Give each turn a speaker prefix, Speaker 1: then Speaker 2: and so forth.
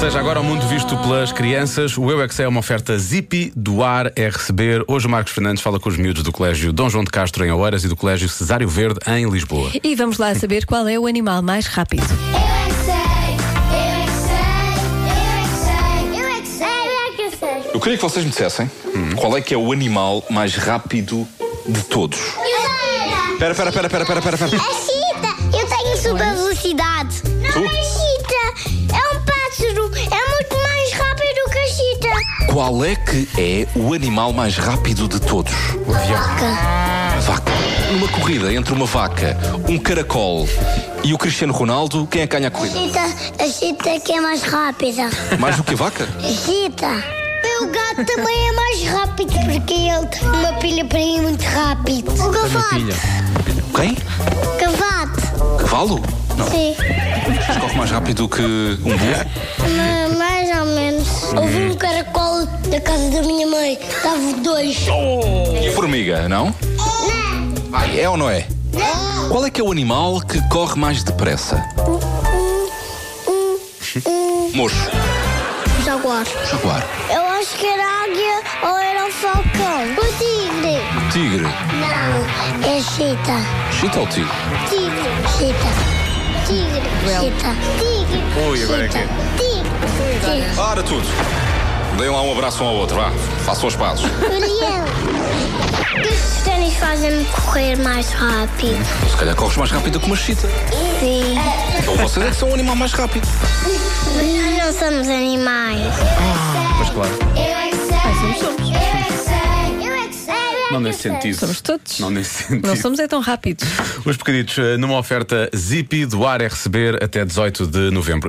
Speaker 1: Seja agora o mundo visto pelas crianças. O Eu é que Sei é uma oferta Zipi do ar é receber. Hoje o Marcos Fernandes fala com os miúdos do Colégio Dom João de Castro em Oeiras e do Colégio Cesário Verde em Lisboa.
Speaker 2: E vamos lá saber qual é o animal mais rápido.
Speaker 3: Eu é que sei, eu é que sei, eu é que sei, eu é que sei, eu é que sei.
Speaker 4: Eu queria que vocês me dissessem qual é que é o animal mais rápido de todos.
Speaker 3: Eu
Speaker 4: Pera, pera, pera, pera, pera, pera, pera.
Speaker 3: A chita, É eu tenho super velocidade. Não é chita, é um pássaro, é muito mais rápido que a chita.
Speaker 4: Qual é que é o animal mais rápido de todos?
Speaker 1: O avião.
Speaker 4: A vaca. Numa corrida entre uma vaca, um caracol e o Cristiano Ronaldo, quem é que ganha a corrida?
Speaker 3: Chita, a chita que é mais rápida.
Speaker 4: Mais do que a vaca?
Speaker 3: Chita. O gato também é mais rápido porque ele tem uma pilha para ir muito rápido. O cavalo.
Speaker 4: Quem?
Speaker 3: Cavalo.
Speaker 4: Cavalo? Não,
Speaker 3: Sim.
Speaker 4: mas corre mais rápido do que um burro.
Speaker 3: Ma- Ah, Mais ou menos. Houve um caracol da casa da minha mãe. Estava dois.
Speaker 4: E a formiga, não? Ai, é ou não é?
Speaker 3: Não.
Speaker 4: Qual é que é o animal que corre mais depressa? Mocho.
Speaker 3: Um, Jaguar.
Speaker 4: Jaguar.
Speaker 3: Eu acho que era águia ou era um falcão. O tigre.
Speaker 4: Tigre.
Speaker 3: Não, é chita.
Speaker 4: Chita ou tigre?
Speaker 3: Tigre. Chita. Tigre. Chita. Tigre.
Speaker 4: Ui, agora é
Speaker 3: chita.
Speaker 4: que- é.
Speaker 3: Tigre. Tigre.
Speaker 4: Para tudo. Deem lá um abraço um ao outro, vá. Façam os passos.
Speaker 3: Daniel. Estes tênis fazem-me correr mais rápido. eh,
Speaker 4: Se calhar corres mais rápido que uma chita.
Speaker 3: Sim.
Speaker 4: Ou vocês é que são um animal mais rápido.
Speaker 3: Nós não somos animais.
Speaker 1: Mas Ah, claro, Ah,
Speaker 3: Eu é que sei. Eu é que sei. Eu é que sei.
Speaker 1: não nesse sentido.
Speaker 2: Somos todos.
Speaker 1: Não nesse sentido.
Speaker 2: Não somos é tão rápidos.
Speaker 1: Os pequenitos, eh, numa oferta Zipi do ar é receber até 18 de novembro.